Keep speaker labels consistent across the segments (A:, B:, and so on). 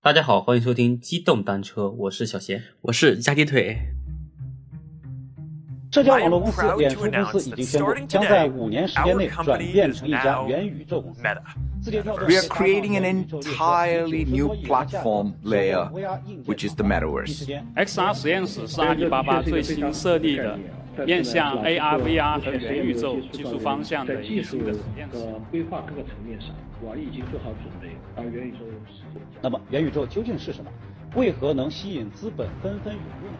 A: 大家好，欢迎收听机动单车，我是小贤。
B: 我是加鸡腿。
C: 社交网络公司脸书公司已经宣布，将在五年时间内转变成一家元宇宙公司。
D: Meta.
C: 字节跳动
E: We are creating an entirely new platform layer, which is the metaverse.
F: XR 实验室是阿里巴巴最新设立的
G: 啊
F: 面向 AR、VR 和元宇宙技术方向的一个新的实验室。
G: 规划各个层面上，我已经做好准备，而元宇宙是
C: 那么，元宇宙究竟是什么？为何能吸引资本纷纷涌入呢？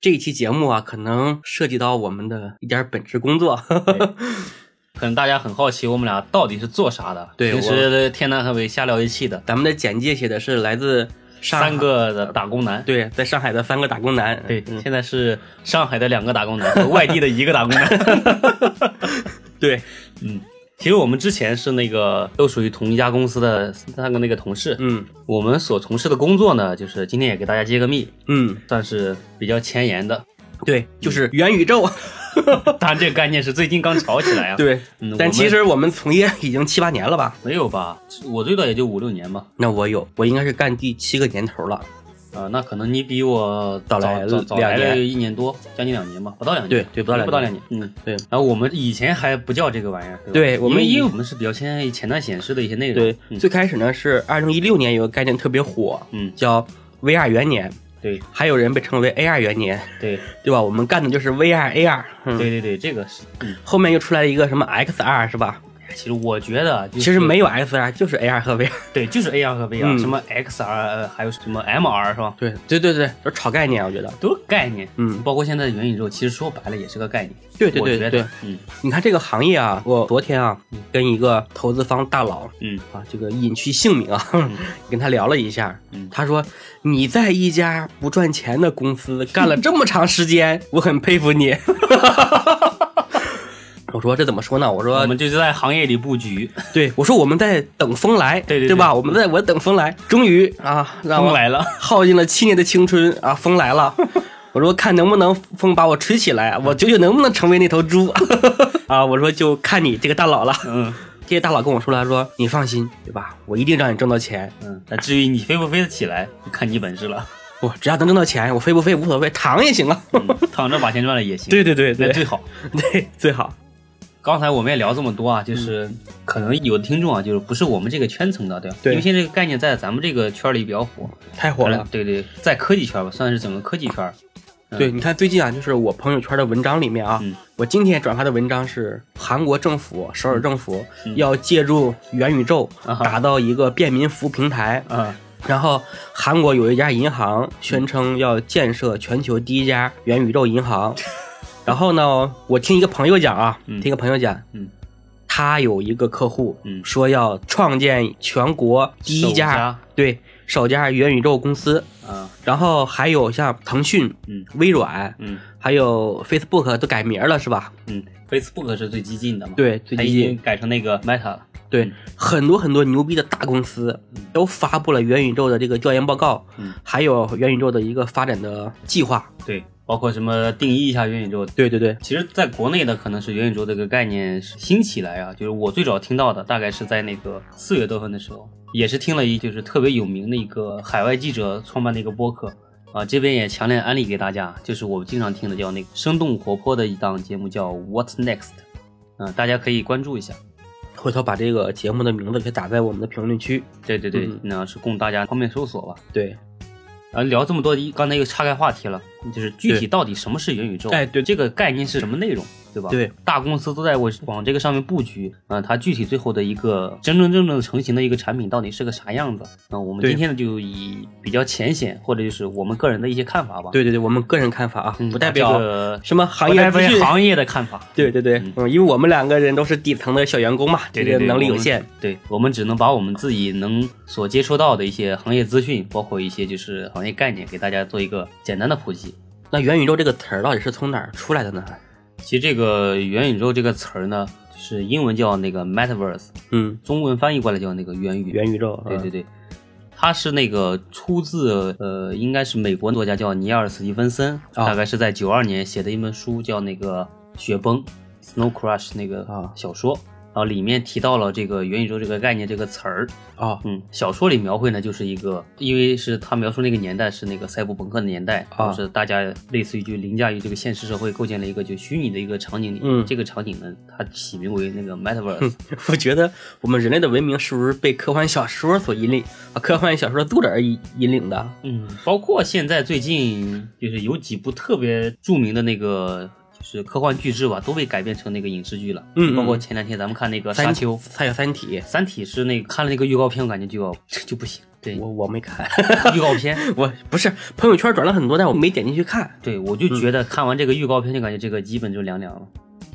B: 这一期节目啊，可能涉及到我们的一点本职工作。
A: 可能大家很好奇我们俩到底是做啥的，
B: 对
A: 平时天南海北瞎聊一气的，
B: 咱们的简介写的是来自上海
A: 三个的打工男。
B: 对，在上海的三个打工男。
A: 对，
B: 嗯
A: 现在是上海的两个打工男和外地的一个打工男。
B: 对，
A: 嗯，其实我们之前是那个都属于同一家公司的三个那个同事。
B: 嗯
A: 我们所从事的工作呢，就是今天也给大家揭个秘，
B: 嗯，
A: 算是比较前沿的。
B: 对，就是嗯元宇宙。
A: 当然，这个概念是最近刚炒起来啊。，
B: 对
A: 嗯，我
B: 但
A: 们
B: 其实我们从业已经七八年了吧？
A: 没有吧？我最多也就五六年吧。
B: 那我有，我应该是干第七个年头了。
A: 啊、那可能你比我
B: 早来
A: 早早
B: 两
A: 来
B: 年
A: 了一年多，将近两年吧，不到两年，
B: 对对不到两年
A: 不到两年，嗯，
B: 对。
A: 然后我们以前还不叫这个玩意儿，吧
B: 对我们
A: 因为
B: 以
A: 因为我们是比较偏向于前端显示的一些内容，
B: 对，
A: 嗯
B: 最开始呢是二零一六年有个概念特别火，
A: 嗯
B: 叫 VR 元年，
A: 对
B: 还有人被称为 AR 元年，
A: 对
B: 对吧？我们干的就是 VR、AR。嗯，
A: 对对对，这个是，嗯，
B: 后面又出来一个什么 XR 是吧？
A: 其实我觉得、就是、
B: 其实没有 XR，就是 AR 和 VR。
A: 对，就是 AR 和 VR，、
B: 嗯
A: 什么 XR，呃还有什么 MR 是吧？
B: 对对对对，就是炒概念，我觉得。
A: 都是概念，
B: 嗯
A: 包括现在的元宇宙，其实说白了也是个概念，
B: 对对对
A: 我觉
B: 对
A: 得，嗯
B: 你看这个行业啊，我昨天啊跟一个投资方大佬
A: 嗯
B: 啊，这个隐去姓名啊， 跟他聊了一下，
A: 嗯
B: 他说你在一家不赚钱的公司干了这么长时间，我很佩服你。 我说这怎么说呢？我说
A: 我们就是在行业里布 局，
B: 对，我说我们在等风来，
A: 对对对
B: 吧？我们在我等风来，终于啊，让
A: 风
B: 我
A: 来了，
B: 耗尽了七年的青春啊，风 来了。我说看能不能风把我吹起来，我究竟能不能成为那头猪 啊？我说就看你这个大佬了。
A: 嗯
B: 这些大佬跟我说了，说你放心，对吧？我一定让你挣到钱。
A: 嗯，那至于你飞不飞得起来， 就看你本事 了。
B: 我只要能挣到钱，我飞不飞无所谓，躺也 行啊。
A: 嗯躺着把钱赚了也行。
B: 对对对
A: 那
B: 对
A: 最好。
B: 对，最好。
A: 刚才我们也聊这么多
B: 嗯
A: 啊，就是可能有的听众啊，就是不是我们这个圈层的，对吧？
B: 对
A: 因为现在这个概念在咱们这个圈里比较火，
B: 太火
A: 可
B: 了
A: 能。对对，在科技圈吧，算是整个科技圈。嗯
B: 对，你看最近啊，就是我朋友圈的文章里面啊，
A: 嗯
B: 我今天转发的文章是韩国政府、首尔政府
A: 嗯
B: 要借助元宇宙
A: 啊哈
B: 打造一个便民服务平台，
A: 啊，
B: 然后韩国有一家银行宣称要建设全球第一家元宇宙 银行。然后呢，我听一个朋友讲啊，
A: 嗯
B: 听一个朋友讲，
A: 嗯，
B: 他有一个客户，
A: 嗯
B: 说要创建全国第一
A: 首
B: 家，
A: 家
B: 对首家元宇宙公司。
A: 啊，
B: 然后还有像腾讯、
A: 嗯
B: 微软，
A: 嗯
B: 还有 Facebook 都改名了，是吧？
A: 嗯，Facebook 是最激进的嘛？，
B: 对，最
A: 它已
B: 近
A: 经改成那个 Meta 了。
B: 对，很多很多牛逼的大公司都发布了元宇宙的这个调研报告，
A: 嗯
B: 还有元宇宙的一个发展的计划。
A: 对，包括什么定义一下元宇宙。
B: 对对对，
A: 其实，在国内的可能是元宇宙这个概念是兴起来啊，就是我最早听到的大概是在那个四月多份的时候，也是听了一就是特别有名的一个海外记者创办的一个播客啊，这边也强烈安利给大家，就是我经常听的叫那个生动活泼的一档节目叫 What's Next，嗯、大家可以关注一下。
B: 回头把这个节目的名字给打在我们的评论区。
A: 对对对，
B: 嗯
A: 那是供大家方便搜索吧。
B: 对，
A: 啊，聊这么多，刚才又岔开话题了，就是具体
B: 对
A: 到底什么是元宇宙？
B: 哎对
A: 这个概念是什么内容，对吧？
B: 对，
A: 大公司都在往往这个上面布局，啊、它具体最后的一个真真正正成型的一个产品到底是个啥样子？那、我们
B: 对
A: 今天呢，就以比较浅显或者就是我们个人的一些看法吧，，
B: 对对对，我们个人看法啊，
A: 嗯、
B: 不代
A: 把
B: 表
A: 这个
B: 什么行
A: 不
B: 业
A: 代
B: 资
A: 表
B: 讯。
A: 行业的看法，
B: 对对对，
A: 嗯
B: 嗯，因为我们两个人都是底层的小员工嘛，
A: 对
B: 这
A: 对
B: 个
A: 对，
B: 能力
A: 我
B: 有
A: 们
B: 限。。
A: 对我们只能把我们自己能所接触到的一些行业资讯，包括一些就是行业概念，给大家做一个简单的普及。
B: 那元宇宙这个词儿到底是从哪儿出来的呢？
A: 其实这个元宇宙这个词儿呢，就是英文叫那个 metaverse，
B: 嗯，
A: 中文翻译过来叫那个元宇。
B: 元宇宙，
A: 对
B: 嗯
A: 对对，它是那个出自呃，应该是美国作家叫尼尔·斯蒂芬森，
B: 啊
A: 大概是在九二年写的一本书，叫那个《雪崩》 Snow Crash 那个
B: 啊
A: 小说，然后里面提到了这个元宇宙这个概念这个词儿。
B: 啊
A: 嗯，小说里描绘呢，就是一个，因为是他描述那个年代是那个赛博朋克的年代，
B: 啊
A: 就是大家类似于就凌驾于这个现实社会，构建了一个就虚拟的一个场景里。
B: 嗯
A: 这个场景呢，它起名为 那个 Metaverse。
B: 我觉得我们人类的文明是不是被科幻小说所引领啊？科幻小说作者而引引领的？
A: 嗯，包括现在最近就是有几部特别著名的那个。就是科幻巨制吧，都被改编成那个影视剧了。
B: 嗯嗯
A: 包括前两天咱们看那个《呃沙
B: 三
A: 丘》，《
B: 还有《三体
A: 三体》是那个看了那个预告片，我感觉就要 就不行。对》，
B: 我我没看，
A: 预告片，
B: 我不是朋友圈转了很多，但我没点进去看。
A: 对我就
B: 嗯
A: 觉得看完这个预告片，就感觉这个基本就凉凉了。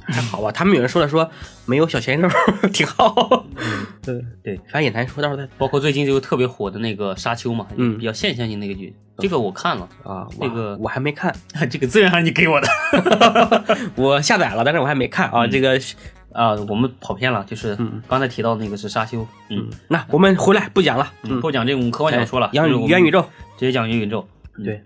B: 还好吧，他们有人说了说没有小鲜肉挺好。嗯，
A: 对
B: 反正也难说，到时候再
A: 包括最近就特别火的那个《沙丘》嘛，
B: 嗯
A: 比较现象性那个剧，这个我看 了，
B: 啊，
A: 这个
B: 我还没看，
A: 这个资源还是你给我的。
B: 我下载了，但是我还没看
A: 嗯
B: 啊。这个是，
A: 啊，我们跑偏了，就是
B: 嗯
A: 刚才提到那个是《沙丘》，嗯，
B: 那我们回来不讲了，嗯，
A: 不讲这种科幻小说了，
B: 哎元
A: 就是我们
B: 元宇宙，
A: 直接讲元宇宙。嗯
B: 对，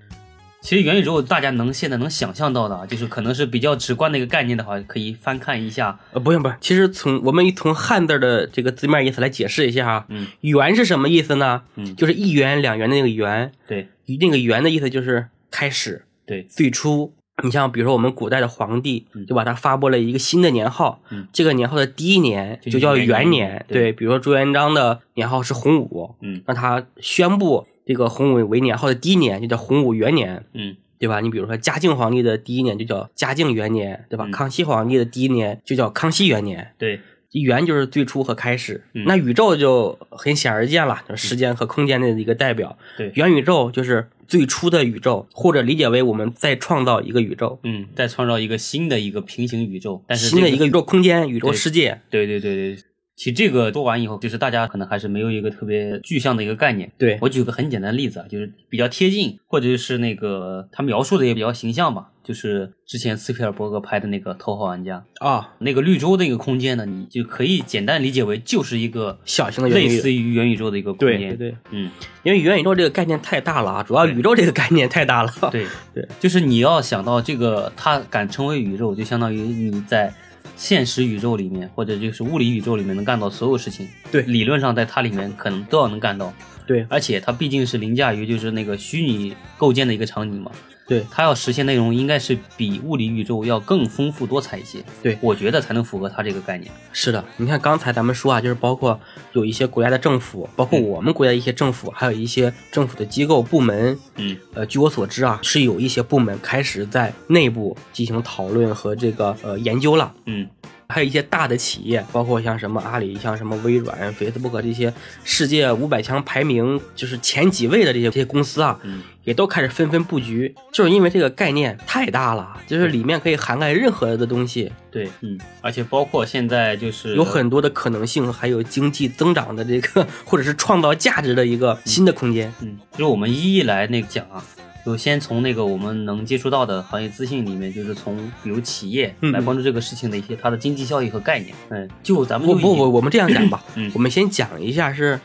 A: 其实元宇宙大家能现在能想象到的啊，就是可能是比较直观的一个概念的话，可以翻看一下。
B: 呃，不用不用，其实从我们从汉字的这个字面意思来解释一下哈，
A: 嗯，
B: 元是什么意思呢？
A: 嗯
B: 就是一元两元的那个元，
A: 对
B: 那个元的意思就是开始、
A: 对，
B: 最初。你像比如说我们古代的皇帝
A: 嗯，
B: 就把他发布了一个新的年号
A: 嗯，
B: 这个年号的第一年
A: 就
B: 就叫
A: 是元
B: 元
A: 年
B: 年。
A: 对
B: 对，比如说朱元璋的年号是洪武，
A: 嗯
B: 那他宣布这个洪武为年号的第一年就叫洪武元年。
A: 嗯
B: 对吧？你比如说嘉靖皇帝的第一年就叫嘉靖元年，对吧？
A: 嗯
B: 康熙皇帝的第一年就叫康熙元年，
A: 对，
B: 元就是最初和开始。
A: 嗯
B: 那宇宙就很显而易见了，就是时间和空间的一个代表。
A: 对
B: 元宇宙就是最初的宇宙，或者理解为我们在创造一个宇宙，
A: 嗯，再创造一个新的一个平行宇宙，但是
B: 新的
A: 这
B: 一个宇宙空间、宇宙
A: 对
B: 世界。
A: 对对对对，其实这个做完以后，就是大家可能还是没有一个特别具象的一个概念。
B: 对
A: 我举个很简单的例子啊，就是比较贴近，或者是那个他描述的也比较形象吧，就是之前斯皮尔伯格拍的那个《头号玩家》，
B: 啊，
A: 那个绿洲那个空间呢，你就可以简单理解为就是一个
B: 小型的元
A: 类
B: 宇宙
A: 似于元宇宙的一个空
B: 对
A: 间。
B: 对对，
A: 嗯，
B: 因为元宇宙这个概念太大了啊，主要
A: 对
B: 宇宙这个概念太大了。
A: 对
B: 啊 对，
A: 就是你要想到这个，它敢成为宇宙，就相当于你在现实宇宙里面，或者就是物理宇宙里面能干到所有事情。
B: 对
A: 理论上在它里面可能都要能干到，
B: 对
A: 而且它毕竟是凌驾于就是那个虚拟构建的一个场景嘛，
B: 对
A: 它要实现内容应该是比物理宇宙要更丰富多彩一些。
B: 对
A: 我觉得才能符合它这个概念。
B: 是的，你看刚才咱们说啊，就是包括有一些国家的政府，包括
A: 嗯
B: 我们国家一些政府，还有一些政府的机构部门，
A: 嗯，
B: 呃，据我所知啊，是有一些部门开始在内部进行讨论和这个呃研究了。
A: 嗯，
B: 还有一些大的企业，包括像什么阿里、像什么微软、Facebook 这些世界五百强排名就是前几位的这些这些公司啊，
A: 嗯
B: 也都开始纷纷布局，就是因为这个概念太大了，就是里面可以涵盖任何的东西，
A: 对，嗯，而且包括现在就是
B: 有很多的可能性，还有经济增长的这个或者是创造价值的一个新的空间。
A: 嗯，就是我们一一来那个讲啊，就先从那个我们能接触到的行业资讯里面，就是从比如企业
B: 嗯
A: 来关注这个事情的一些它的经济效益和概念。嗯，就咱们
B: 不
A: 就以，
B: 不不，我们这样讲吧
A: 嗯
B: 我们先讲一下是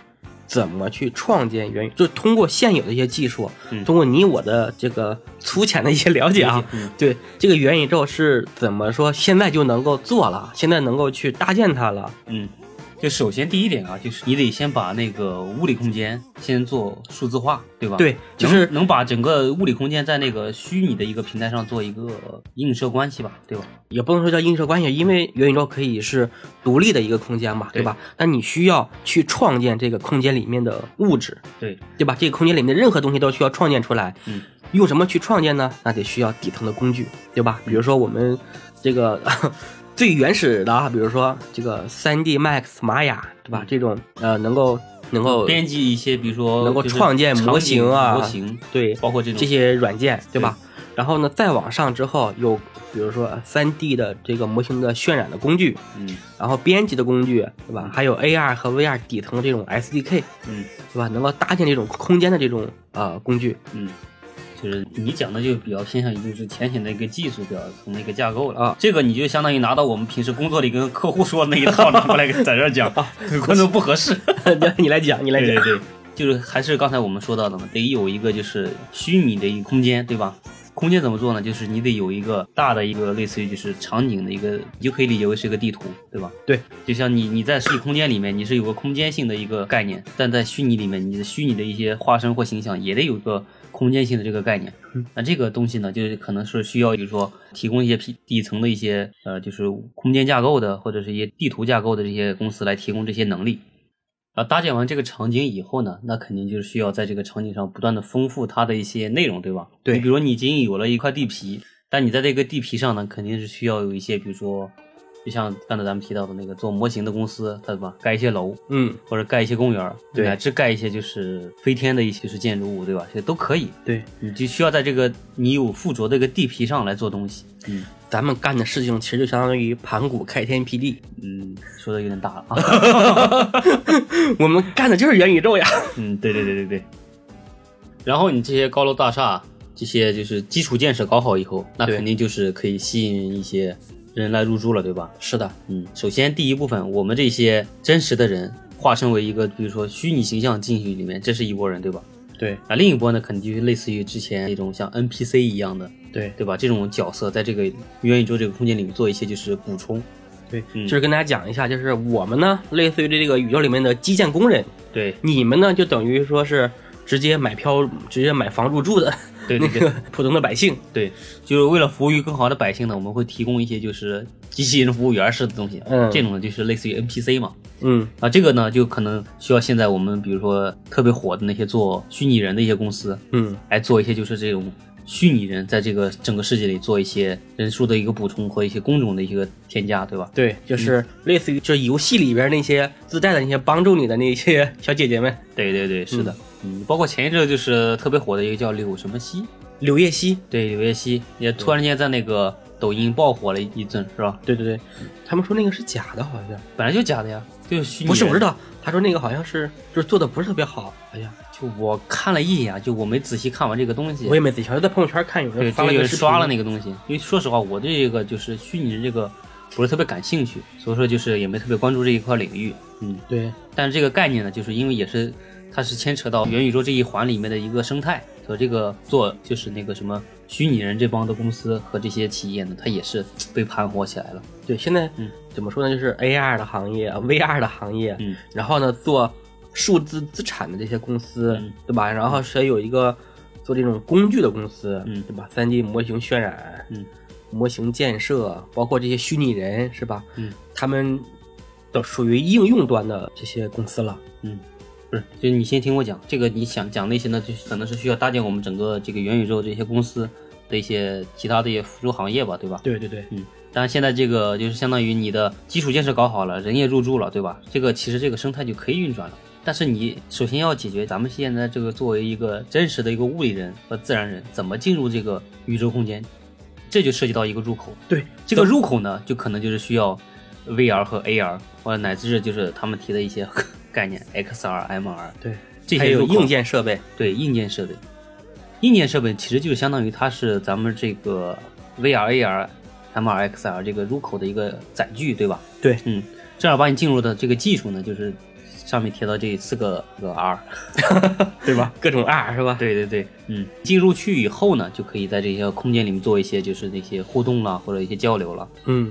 B: 怎么去创建元宇，就通过现有的一些技术，
A: 嗯
B: 通过你我的这个粗浅的一些了解啊，
A: 嗯
B: 对这个元宇宙是怎么说，现在就能够做了，现在能够去搭建它了。
A: 嗯，就首先第一点啊，就是你得先把那个物理空间先做数字化，对吧？
B: 对
A: 能，
B: 就是
A: 能把整个物理空间在那个虚拟的一个平台上做一个映射关系吧，对吧？
B: 也不能说叫映射关系，因为元宇宙可以是独立的一个空间嘛，
A: 对
B: 对吧？但你需要去创建这个空间里面的物质，
A: 对，
B: 对吧？这个空间里面的任何东西都需要创建出来。
A: 嗯，
B: 用什么去创建呢？那得需要底层的工具，对吧？比如说我们这个 最原始的啊，比如说这个 3D Max、玛雅，对吧？这种呃，能够能够
A: 编辑一些比如说
B: 能够
A: 就是
B: 创建模型啊
A: 场景模型
B: 对
A: 包括这种
B: 这些软件，对吧？然后呢，再往上之后有，比如说 3D 的这个模型的渲染的工具，
A: 嗯
B: 然后编辑的工具，对吧？还有 AR 和 VR 底层的这种 SDK，
A: 嗯
B: 对吧？能够搭建这种空间的这种呃工具。
A: 嗯，就是你讲的就比较偏向于就是浅显的一个技术表层的一个架构了
B: 啊
A: 这个你就相当于拿到我们平时工作里跟客户说的那一套拿过来给在这儿讲，
B: 啊
A: 观众不合适。
B: 你来讲，你来
A: 对
B: 讲
A: 对。对，就是还是刚才我们说到的嘛，得有一个就是虚拟的一个空间，对吧？空间怎么做呢？就是你得有一个大的一个类似于就是场景的一个，你就可以理解为是一个地图，对吧？
B: 对，
A: 就像你你在实体空间里面，你是有个空间性的一个概念，但在虚拟里面，你的虚拟的一些化身或形象也得有一个空间性的这个概念。
B: 嗯
A: 那这个东西呢，就是可能是需要，比如说提供一些底底层的一些呃，就是空间架构的或者是一些地图架构的这些公司来提供这些能力。啊，搭建完这个场景以后呢，那肯定就是需要在这个场景上不断的丰富它的一些内容，对吧？
B: 对
A: 你比如你已经有了一块地皮，但你在这个地皮上呢，肯定是需要有一些，比如说，就像刚才咱们提到的那个做模型的公司，对吧？盖一些楼，
B: 嗯，
A: 或者盖一些公园儿，
B: 对
A: 乃至盖一些就是飞天的一些就是建筑物，对吧？这都可以。
B: 对，
A: 你就需要在这个你有附着这个地皮上来做东西。嗯
B: 咱们干的事情其实就相当于盘古开天辟 地，
A: 嗯，说的有点大了啊。
B: 我们干的就是元宇宙呀。
A: 嗯，对对对对对。然后你这些高楼大厦，这些就是基础建设搞好以后，那
B: 对
A: 肯定就是可以吸引一些人来入住了，对吧？
B: 是的，
A: 嗯，首先第一部分，我们这些真实的人化身为一个，比如说虚拟形象进去里面，这是一拨人，对吧？
B: 对
A: 啊，另一波呢，肯定就是类似于之前那种像 NPC 一样的，
B: 对
A: 对吧？这种角色在这个元宇宙这个空间里面做一些就是补充，
B: 对，
A: 嗯
B: 就是跟大家讲一下，就是我们呢，类似于这个宇宙里面的基建工人，
A: 对
B: 你们呢就等于说是直接买票、直接买房入住的
A: 对
B: 那
A: 对
B: 个
A: 对
B: 普通的百姓。
A: 对，就是为了服务于更好的百姓呢，我们会提供一些就是机器人服务员式的东西，啊
B: 嗯
A: 这种呢就是类似于 NPC 嘛，
B: 嗯，
A: 啊，这个呢就可能需要现在我们比如说特别火的那些做虚拟人的一些公司，
B: 嗯，
A: 来做一些就是这种虚拟人在这个整个世界里做一些人数的一个补充和一些工种的一个添加，对吧？
B: 对，就是类似于就是游戏里边那些自带的那些帮助你的那些小姐姐们，
A: 对对对，是的，嗯，包括前一阵就是特别火的一个叫柳什么熙，
B: 柳叶熙，
A: 对，柳叶熙也突然间在那个抖音爆火了一阵，是吧？
B: 对对对，他们说那个是假的，好像
A: 本来就假的呀，就是虚拟人。
B: 不是我知道，他说那个好像是就是做的不是特别好，好像
A: 哎就我看了一眼，就我没仔细看完这个东西
B: 我，也没仔细看，我就在朋友圈看有
A: 对，
B: 人发
A: 就
B: 了一
A: 有
B: 个视频
A: 刷了那个东西。因为说实话，我对这个就是虚拟人这个不是特别感兴趣，所以说就是也没特别关注这一块领域。嗯，
B: 对
A: 但是这个概念呢，就是因为也是它是牵扯到元宇宙这一环里面的一个生态，所以这个做就是那个什么虚拟人这帮的公司和这些企业呢，它也是被盘活起来了。
B: 对，现在
A: 嗯
B: 怎么说呢，就是 AR 的行业、VR 的行业，
A: 嗯，
B: 然后呢做数字资产的这些公司，
A: 嗯
B: 对吧？然后是有一个做这种工具的公司，
A: 嗯
B: 对吧？3D 模型渲染，
A: 嗯，
B: 模型建设，包括这些虚拟人，是吧？
A: 嗯，
B: 他们都属于应用端的这些公司了。
A: 不是，就你先听我讲，这个你想讲那些呢，就是可能是需要搭建我们整个这个元宇宙这些公司的一些其他的一些辅助行业吧，对吧？
B: 对对对，
A: 嗯，当然现在这个就是相当于你的基础建设搞好了，人也入驻了，对吧？这个其实这个生态就可以运转了。但是你首先要解决咱们现在这个作为一个真实的一个物理人和自然人怎么进入这个宇宙空间，这就涉及到一个入口。
B: 对
A: 这个入口呢，就可能就是需要 VR 和 AR，或者乃至是就是他们提的一些 概念 XR、MR
B: 对，
A: 这
B: 还
A: 些
B: 有
A: 入口
B: 硬件设备，
A: 对硬件设备，硬件设备其实就是相当于它是咱们这个 VR、AR、MR、XR 这个入口的一个载具，对吧？
B: 对，
A: 嗯，正儿八经进入的这个技术呢，就是上面提到这四个这个 R，
B: 对吧？各种 R 是吧？
A: 啊对对对，嗯，进入去以后呢，就可以在这些空间里面做一些就是那些互动啦，或者一些交流了。
B: 嗯，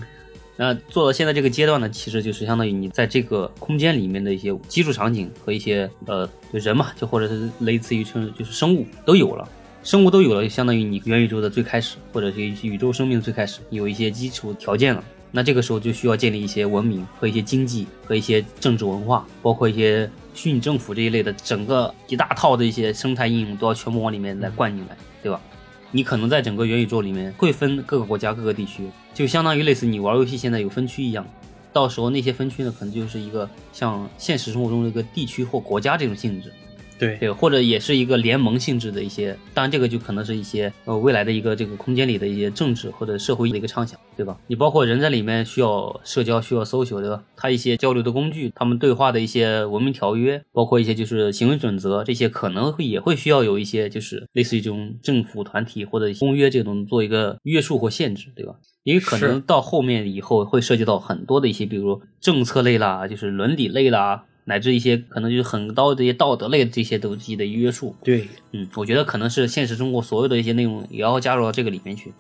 A: 那做到现在这个阶段呢，其实就是相当于你在这个空间里面的一些基础场景和一些呃就人嘛，就或者是类似于生就是生物都有了，生物都有了，就相当于你元宇宙的最开始，或者是宇宙生命的最开始，有一些基础条件了。那这个时候就需要建立一些文明和一些经济和一些政治文化，包括一些虚拟政府这一类的整个一大套的一些生态应用都要全部往里面来灌进来，对吧？你可能在整个元宇宙里面会分各个国家、各个地区，就相当于类似你玩游戏现在有分区一样。到时候那些分区呢，可能就是一个像现实生活中的一个地区或国家这种性质，
B: 对
A: 对，或者也是一个联盟性质的一些，当然这个就可能是一些呃未来的一个这个空间里的一些政治或者社会的一个畅想，对吧？你包括人在里面需要社交，需要 social，对吧？他一些交流的工具，他们对话的一些文明条约，包括一些就是行为准则，这些可能会也会需要有一些就是类似于这种政府团体或者公约这种做一个约束或限制，对吧？因为可
B: 是
A: 能到后面以后会涉及到很多的一些，比如政策类啦，就是伦理类啦，乃至一些可能就是很高的一些道德类的这些东西的约束。
B: 对，
A: 嗯，我觉得可能是现实中国所有的一些内容也要加入到这个里面去。嗯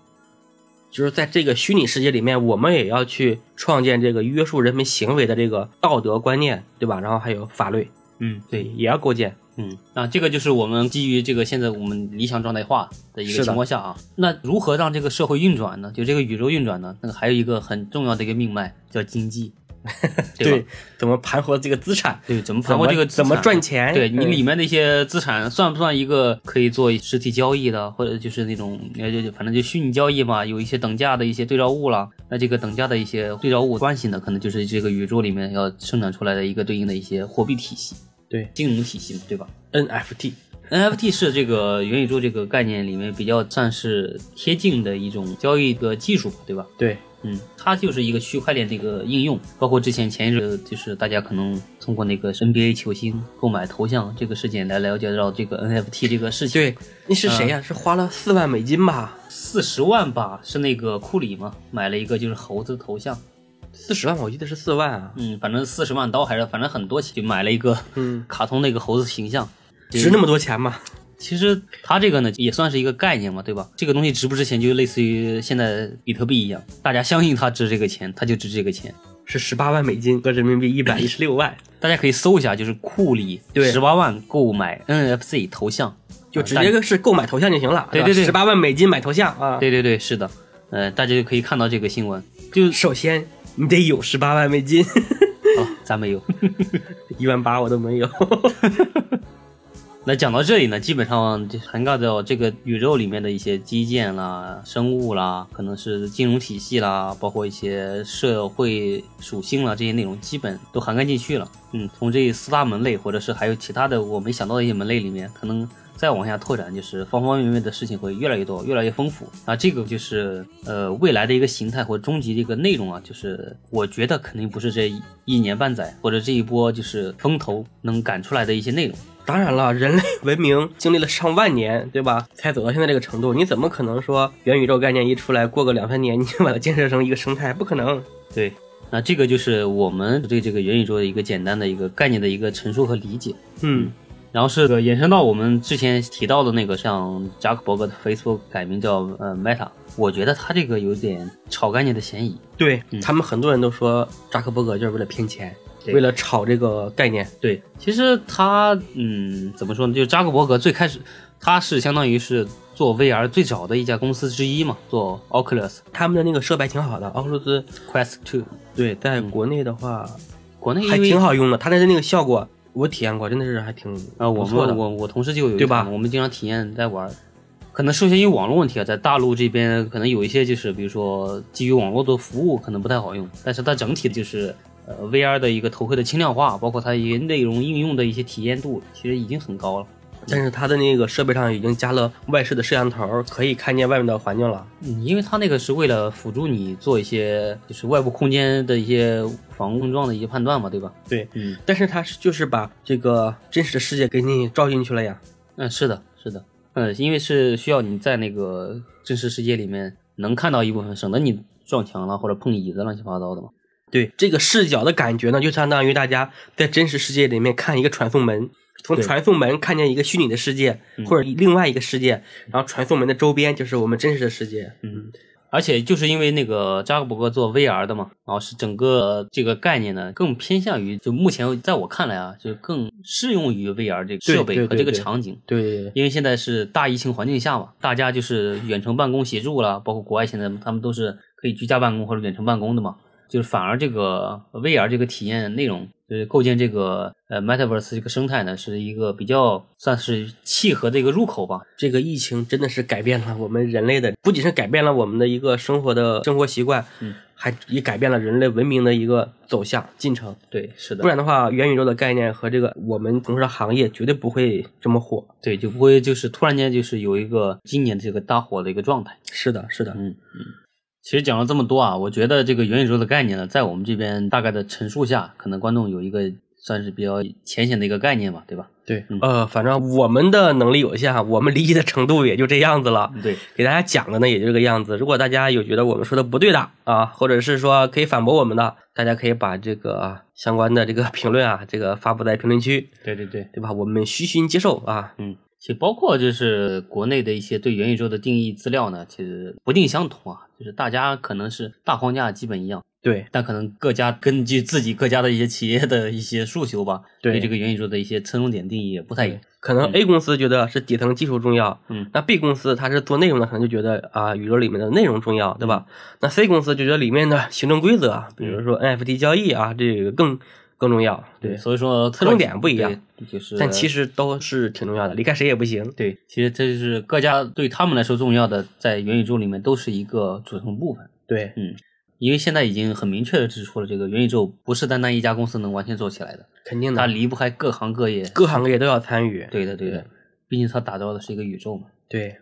B: 就是在这个虚拟世界里面，我们也要去创建这个约束人民行为的这个道德观念，对吧？然后还有法律，
A: 嗯，
B: 对，也要构建。
A: 嗯，那这个就是我们基于这个现在我们理想状态化的一个
B: 是的
A: 情况下啊，那如何让这个社会运转呢？就这个宇宙运转呢？那个还有一个很重要的一个命脉叫经 济，对吧？
B: 怎么盘活这个资产？
A: 对，怎么盘活这个资
B: 怎么
A: 产
B: 赚钱？
A: 对你
B: 嗯
A: 里面的一些资产算不算一个可以做实体交易的，或者就是那种呃，就就反正就虚拟交易嘛，有一些等价的一些对照物啦。那这个等价的一些对照物关系呢，可能就是这个宇宙里面要生产出来的一个对应的一些货币体系，
B: 对
A: 金融体系嘛，对吧
B: NFT，
A: ？NFT 是这个元宇宙这个概念里面比较算是贴近的一种交易的技术吧，对吧？
B: 对，
A: 嗯，它就是一个区块链的一个应用，包括之前前一阵儿就是大家可能通过那个 NBA 球星购买头像这个事件来了解到这个 NFT 这个事情。，
B: 对，那
A: 嗯
B: 是谁呀、是花了四万美金吧？
A: 四十万吧，是那个库里嘛，买了一个就是猴子的头像，
B: 四十万，我记得是四万啊，
A: 嗯，反正四十万刀还是反正很多钱，就买了一个
B: 嗯
A: 卡通那个猴子形象。
B: 值那么多钱吗？
A: 其实它这个呢也算是一个概念嘛，对吧？这个东西值不值钱，就类似于现在比特币一样，大家相信它值这个钱，它就值这个钱。
B: 是十八万美金和人民币一百一十六万，
A: 大家可以搜一下，就是库里
B: 对
A: 十八万购买 NFC 头像，
B: 就直
A: 啊
B: 接是购买头像就行了。
A: 对对对
B: 十八万美金买头像啊。
A: 大对对对，是的，呃，大家就可以看到这个新闻。 就
B: 首先你得有十八万美金，
A: 哦，咱没有。
B: 一万八我都没有。
A: 那讲到这里呢，基本上就涵盖到这个宇宙里面的一些基建啦、生物啦，可能是金融体系啦，包括一些社会属性啦这些内容，基本都涵盖进去了。嗯，从这四大门类，或者是还有其他的我没想到的一些门类里面，可能再往下拓展，就是方方面面的事情会越来越多，越来越丰富。啊，这个就是呃未来的一个形态或终极的一个内容啊，就是我觉得肯定不是这一一年半载或者这一波就是风投能赶出来的一些内容。
B: 当然了，人类文明经历了上万年，对吧？才走到现在这个程度，你怎么可能说元宇宙概念一出来，过个两三年你就把它建设成一个生态？不可能。
A: 对，那这个就是我们对这个元宇宙的一个简单的一个概念的一个陈述和理解。
B: 嗯，
A: 然后是延伸到我们之前提到的那个，像扎克伯格的 Facebook 改名叫呃 Meta，我觉得他这个有点炒概念的嫌疑。
B: 对、
A: 嗯
B: 他们很多人都说扎克伯格就是为了骗钱，
A: 对
B: 为了炒这个概念。
A: 对，其实他嗯，怎么说呢？就是扎克伯格最开始他是相当于是做 VR 最早的一家公司之一嘛，做 Oculus
B: 他们的那个设备挺好的，奥数斯
A: Quest Two。
B: 对，在国内的话、
A: 国内因为
B: 还挺好用的，它的那个效果我体验过，真的是还挺
A: 啊，我
B: 不错呃的
A: 们我我同事就有一
B: 对吧
A: 款我们经常体验在玩儿，可能受限于网络问题啊，在大陆这边可能有一些就是比如说基于网络的服务可能不太好用，但是它整体就是呃 VR 的一个头盔的轻量化，包括它一个内容应用的一些体验度，其实已经很高了。
B: 但是它的那个设备上已经加了外设的摄像头，可以看见外面的环境了。
A: 嗯，因为它那个是为了辅助你做一些就是外部空间的一些防碰撞的一些判断嘛，对吧？
B: 对，
A: 嗯，
B: 但是它是就是把这个真实的世界给你照进去了呀。
A: 嗯，是的，是的，嗯，因为是需要你在那个真实世界里面能看到一部分，省得你撞墙了或者碰椅子乱七八糟的嘛。
B: 对，这个视角的感觉呢，就相当于大家在真实世界里面看一个传送门，从
A: 对嗯
B: 传送门看见一个虚拟的世界或者另外一个世界，然后传送门的周边就是我们真实的世界。
A: 嗯，而且就是因为那个扎克伯格做 VR 的嘛，然后是整个这个概念呢更偏向于，就目前在我看来啊，就更适用于 VR 这个设备
B: 对
A: 和
B: 对
A: 这个
B: 对
A: 场景。
B: 对，
A: 因为现在是大疫情环境下嘛，大家就是远程办公协助啦，包括国外现在他们都是可以居家办公或者远程办公的嘛，就是反而这个 VR 这个体验内容，就是构建这个呃 Metaverse 这个生态呢，是一个比较算是契合的一个入口吧。
B: 这个疫情真的是改变了我们人类的，不仅是改变了我们的一个生活的生活习惯，
A: 嗯
B: 还也改变了人类文明的一个走向进程。
A: 对，是的，
B: 不然的话，元宇宙的概念和这个我们从事的行业绝对不会这么火。
A: 对就不会就是突然间就是有一个今年这个大火的一个状态。
B: 是的，是的，
A: 嗯，嗯，其实讲了这么多啊，我觉得这个元宇宙的概念呢，在我们这边大概的陈述下，可能观众有一个算是比较浅显的一个概念吧，对吧？
B: 对
A: 嗯，
B: 呃，反正我们的能力有限啊，我们理解的程度也就这样子了。
A: 对，
B: 给大家讲的呢也就这个样子。如果大家有觉得我们说的不对的啊，或者是说可以反驳我们的，大家可以把这个啊相关的这个 评论啊，这个发布在评论区，
A: 对对对，
B: 对吧？我们虚心接受啊。
A: 嗯，其实包括就是国内的一些对元宇宙的定义资料呢，其实不尽相同啊，就是大家可能是大框架基本一样。
B: 对，
A: 但可能各家根据自己各家的一些企业的一些诉求吧，
B: 对
A: 对这个元宇宙的一些侧重点定义也不太一样。
B: 可能 A 公司觉得是底层技术重要，
A: 嗯
B: 那 B 公司它是做内容的，可能就觉得啊宇宙里面的内容重要，对
A: 嗯
B: 吧？那 C 公司就觉得里面的行政规则啊，比如说 NFT 交易啊，这个更更重要，对。
A: 嗯所以说
B: 侧重点不一样，
A: 对就是
B: 但其实都是挺重要的，离开谁也不行。
A: 对，其实这就是各家对他们来说重要的，在元宇宙里面都是一个组成部分。嗯
B: 对，
A: 因为现在已经很明确的指出了，这个元宇宙不是单单一家公司能完全做起来的，
B: 肯定
A: 它
B: 的，
A: 离不开各行各业。
B: 各行各业都要参与。
A: 对的，对的，毕竟它打造的是一个宇宙嘛。
B: 对，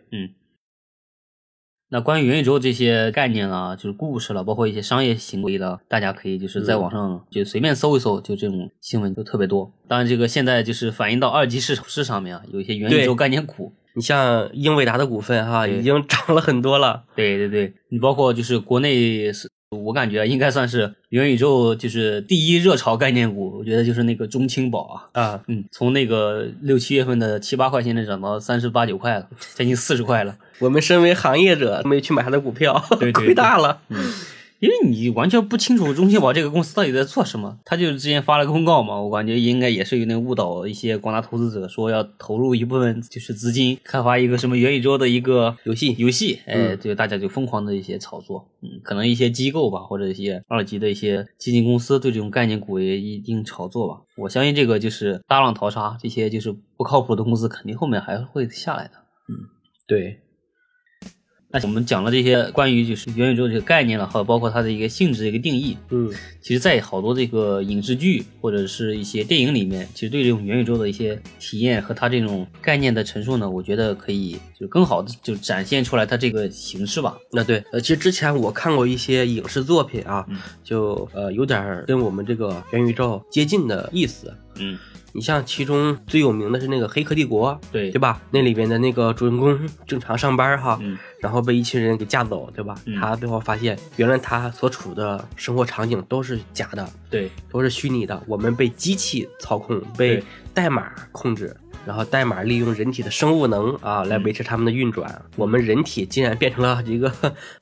A: 那关于元宇宙这些概念啊，就是故事了，包括一些商业行为的，大家可以就是在网
B: 嗯
A: 上就随便搜一搜，就这种新闻就特别多。当然，这个现在就是反映到二级市场市场面啊，有一些元宇宙
B: 对
A: 概念股，
B: 你像英伟达的股份哈，
A: 对
B: 已经涨了很多了。
A: 对对对，你包括就是国内是，我感觉应该算是元宇宙就是第一热潮概念股，我觉得就是那个中青宝啊，
B: 啊，
A: 嗯，从那个六七月份的七八块，现在涨到三十八九块了，将近四十块了。
B: 我们身为行业者，没去买它的股票，
A: 对对对 嗯
B: 亏大了。
A: 因为你完全不清楚中青宝这个公司到底在做什么，他就是之前发了个公告嘛，我感觉应该也是有点误导一些广大投资者，说要投入一部分就是资金开发一个什么元宇宙的一个
B: 游戏
A: 游戏，哎，
B: 嗯
A: 对，大家就疯狂的一些炒作，嗯，可能一些机构吧，或者一些二级的一些基金公司对这种概念股也一定炒作吧，我相信这个就是大浪淘沙，这些就是不靠谱的公司肯定后面还会下来的。嗯
B: 对，
A: 那我们讲了这些关于就是元宇宙这个概念了，还有包括它的一个性质的一个定义，
B: 嗯，
A: 其实，在好多这个影视剧或者是一些电影里面，其实对这种元宇宙的一些体验和它这种概念的陈述呢，我觉得可以就更好的就展现出来它这个形式吧。
B: 那对，呃，其实之前我看过一些影视作品啊，
A: 嗯
B: 就呃有点儿跟我们这个元宇宙接近的意思。
A: 嗯，
B: 你像其中最有名的是那个《黑客帝国》，
A: 对
B: 对吧？那里边的那个主人公正常上班哈，
A: 嗯
B: 然后被一群人给架走，对吧？
A: 嗯
B: 他最后发现，原来他所处的生活场景都是假的，
A: 对
B: 都是虚拟的，我们被机器操控，被
A: 对
B: 代码控制，然后代码利用人体的生物能啊
A: 嗯
B: 来维持它们的运转，我们人体竟然变成了一个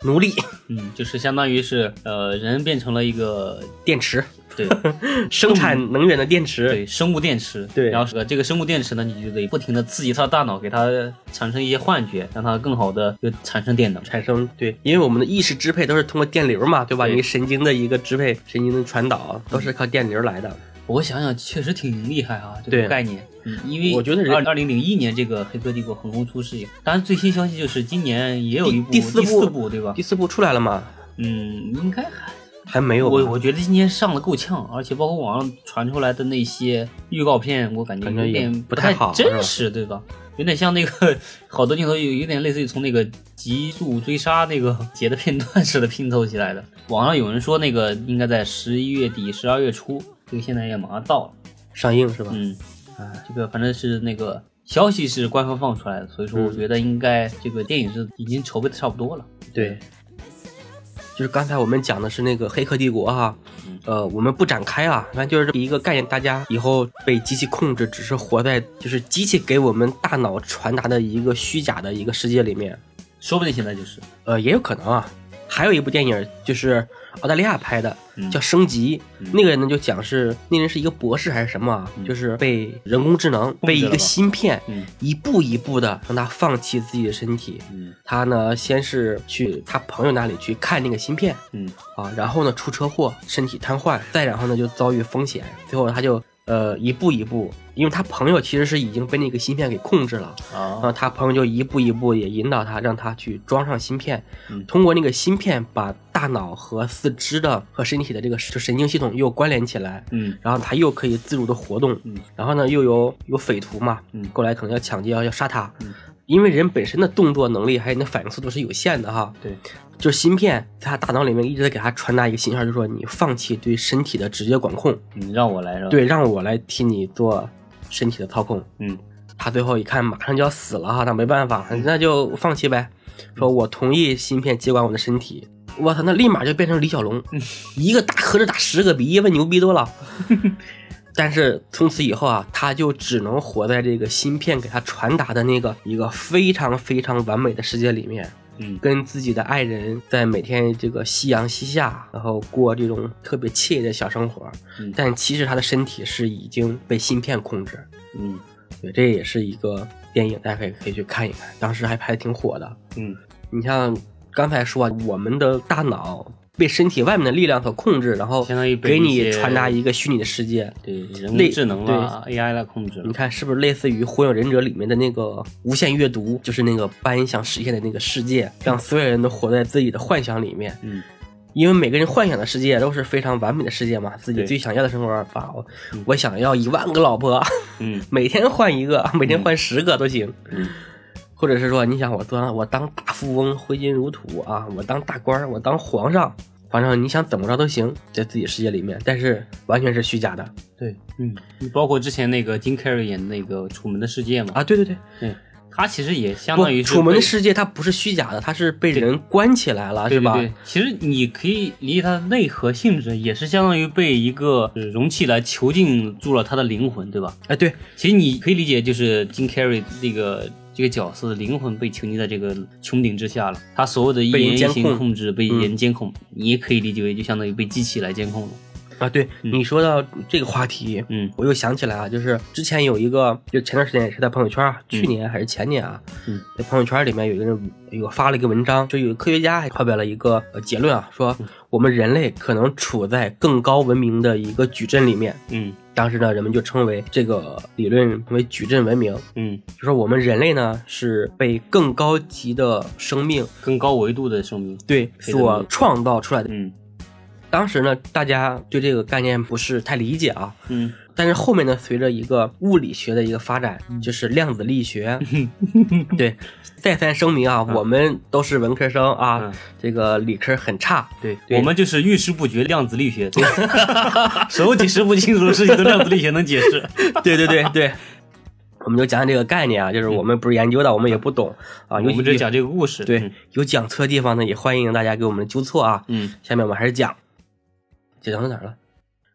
B: 奴隶
A: 嗯，就是相当于是呃，人变成了一个
B: 电池，
A: 对
B: 生产能源的电池。
A: 对生物电池，
B: 对
A: 然后呃这个这个生物电池呢，你就得不停的刺激它的大脑，给它产生一些幻觉，让它更好的就产生电能。
B: 产生对，因为我们的意识支配都是通过电流嘛，对吧？
A: 对
B: 你神经的一个支配，神经的传导都是靠电流来的。
A: 我想想，确实挺厉害啊，这
B: 对
A: 个概念。嗯因为
B: 我觉得人
A: 二二零零一年这个《黑客帝国》横空出世，当然最新消息就是今年也有一部
B: 第第四
A: 部，
B: 部
A: 对吧
B: 第？四部出来了吗？
A: 嗯，应该还
B: 还没有吧
A: 我我觉得今年上的够呛，而且包括网上传出来的那些预告片，我感觉
B: 感觉
A: 有
B: 也
A: 点
B: 不
A: 太
B: 太好
A: 真实，对吧？有点像那个好多镜头有有点类似于从那个《极速追杀》那个 截的片段似的拼凑起来的。网上有人说那个应该在十一月底、十二月初，这个现在也马上到了。
B: 上映是吧？
A: 嗯，啊，这个反正是那个消息是官方放出来的，所以
B: 嗯
A: 说我觉得应该这个电影是已经筹备的差不多了。
B: 对，就是刚才我们讲的是那个《黑客帝国》哈
A: 嗯，
B: 呃，我们不展开啊，反正就是这么一个概念，大家以后被机器控制，只是活在就是机器给我们大脑传达的一个虚假的一个世界里面，
A: 说不定现在就是，
B: 呃，也有可能啊。还有一部电影就是澳大利亚拍的，
A: 嗯
B: 叫《升级》，
A: 嗯
B: 那个人呢就讲是那人是一个博士还是什么啊，
A: 嗯
B: 就是被人工智能
A: 制
B: 被一
A: 了吧
B: 个芯片
A: 嗯
B: 一步一步的让他放弃自己的身体，
A: 嗯
B: 他呢先是去他朋友那里去看那个芯片
A: 嗯
B: 啊，然后呢出车祸，身体瘫痪，再然后呢就遭遇风险，最后他就呃一步一步，因为他朋友其实是已经被那个芯片给控制了。然后
A: 啊，
B: 他朋友就一步一步也引导他，让他去装上芯片，
A: 嗯
B: 通过那个芯片把大脑和四肢的和身体的这个就神经系统又关联起来，
A: 嗯
B: 然后他又可以自如的活动，
A: 嗯
B: 然后呢又有有匪徒嘛，
A: 嗯
B: 过来可能要抢劫要要杀他，
A: 嗯
B: 因为人本身的动作能力还有那反应速度是有限的哈。
A: 对，
B: 就是芯片在他大脑里面一直在给他传达一个信号，就是说你放弃对身体的直接管控，
A: 你嗯让我来是吧？
B: 对，让我来替你做身体的操控。
A: 嗯，
B: 他最后一看马上就要死了哈，那没办法，那就放弃呗。说我同意芯片接管我的身体，我操，那立马就变成李小龙， 一个打合着打十个比叶问牛逼多了。但是从此以后啊，他就只能活在这个芯片给他传达的那个一个非常非常完美的世界里面，
A: 嗯，
B: 跟自己的爱人在每天这个夕阳西下，然后过这种特别惬意的小生活。
A: 嗯
B: 但其实他的身体是已经被芯片控制。
A: 嗯
B: 对，这也是一个电影，大家可以可以去看一看，当时还拍的挺火的。
A: 嗯
B: 你像刚才说啊，我们的大脑被身体外面的力量所控制，然后
A: 相当于被
B: 给
A: 一
B: 你
A: 些
B: 传达一个虚拟的世界。
A: 对，人
B: 类
A: 工智能了，AI 来控制了
B: 你。看是不是类似于《火影忍者》里面的那个无限阅读，就是那个班想实现的那个世界，让所有人都活在自己的幻想里面。
A: 嗯，
B: 因为每个人幻想的世界都是非常完美的世界嘛，自己
A: 对
B: 最想要的生活法，我我想要一万个老婆，
A: 嗯
B: 每天换一个，每天换十个都行。
A: 嗯
B: 或者是说，你想我当我当大富翁，挥金如土啊，我当大官儿，我当皇上，反正你想怎么着都行，在自己世界里面，但是完全是虚假的
A: 对，嗯，包括之前那个金凯瑞演的那个《楚门的世界》嘛，
B: 啊！对对对，
A: 对，他其实也相
B: 不，
A: 当于是
B: 楚门
A: 被
B: 的世界它不是虚假的，它是被人关起来了，
A: 对
B: 是吧？
A: 对对，其实你可以理解它的内核性质，也是相当于被一个呃容器来囚禁住了他的灵魂，对吧？
B: 哎，对，
A: 其实你可以理解，就是金凯瑞那个这个角色的灵魂被囚禁在这个穹顶之下了，他所有的一
B: 被人
A: 言一
B: 监
A: 行
B: 控
A: 控制被
B: 嗯
A: 人监控，你也可以理解为就相当于被机器来监控了。
B: 啊，对、
A: 嗯
B: 你说到这个话题，
A: 嗯
B: 我又想起来啊，就是之前有一个，就前段时间也是在朋友圈啊，去年还是前年啊，
A: 嗯
B: 在朋友圈里面有一个人有发了一个文章，就有科学家还发表了一个呃结论啊，说
A: 嗯
B: 我们人类可能处在更高文明的一个矩阵里面。
A: 嗯
B: 当时呢，人们就称为这个理论为矩阵文明，
A: 嗯，
B: 就说我们人类呢是被更高级的生命
A: 更高维度的生命。
B: 对
A: 被人
B: 所
A: 类
B: 创造出来的。
A: 嗯
B: 当时呢，大家对这个概念不是太理解啊，
A: 嗯，
B: 但是后面呢，随着一个物理学的一个发展，
A: 嗯
B: 就是量子 力学，对，再三声明啊，我们都是文科生啊
A: 嗯，
B: 这个理科很差，
A: 对，
B: 对
A: 我们就是遇事不决量子力 学，手解释不清楚的事情都量子力学能解 释。
B: 对对对对。 我们就讲讲这个概念啊，就是我们不是研究的，我们也不懂
A: 嗯
B: 啊。
A: 我
B: 尤其
A: 们只讲这个嗯故事。
B: 对，有讲错地方呢，也欢迎大家给我们纠错啊。
A: 嗯
B: 下面我们还是讲，这讲到哪儿了？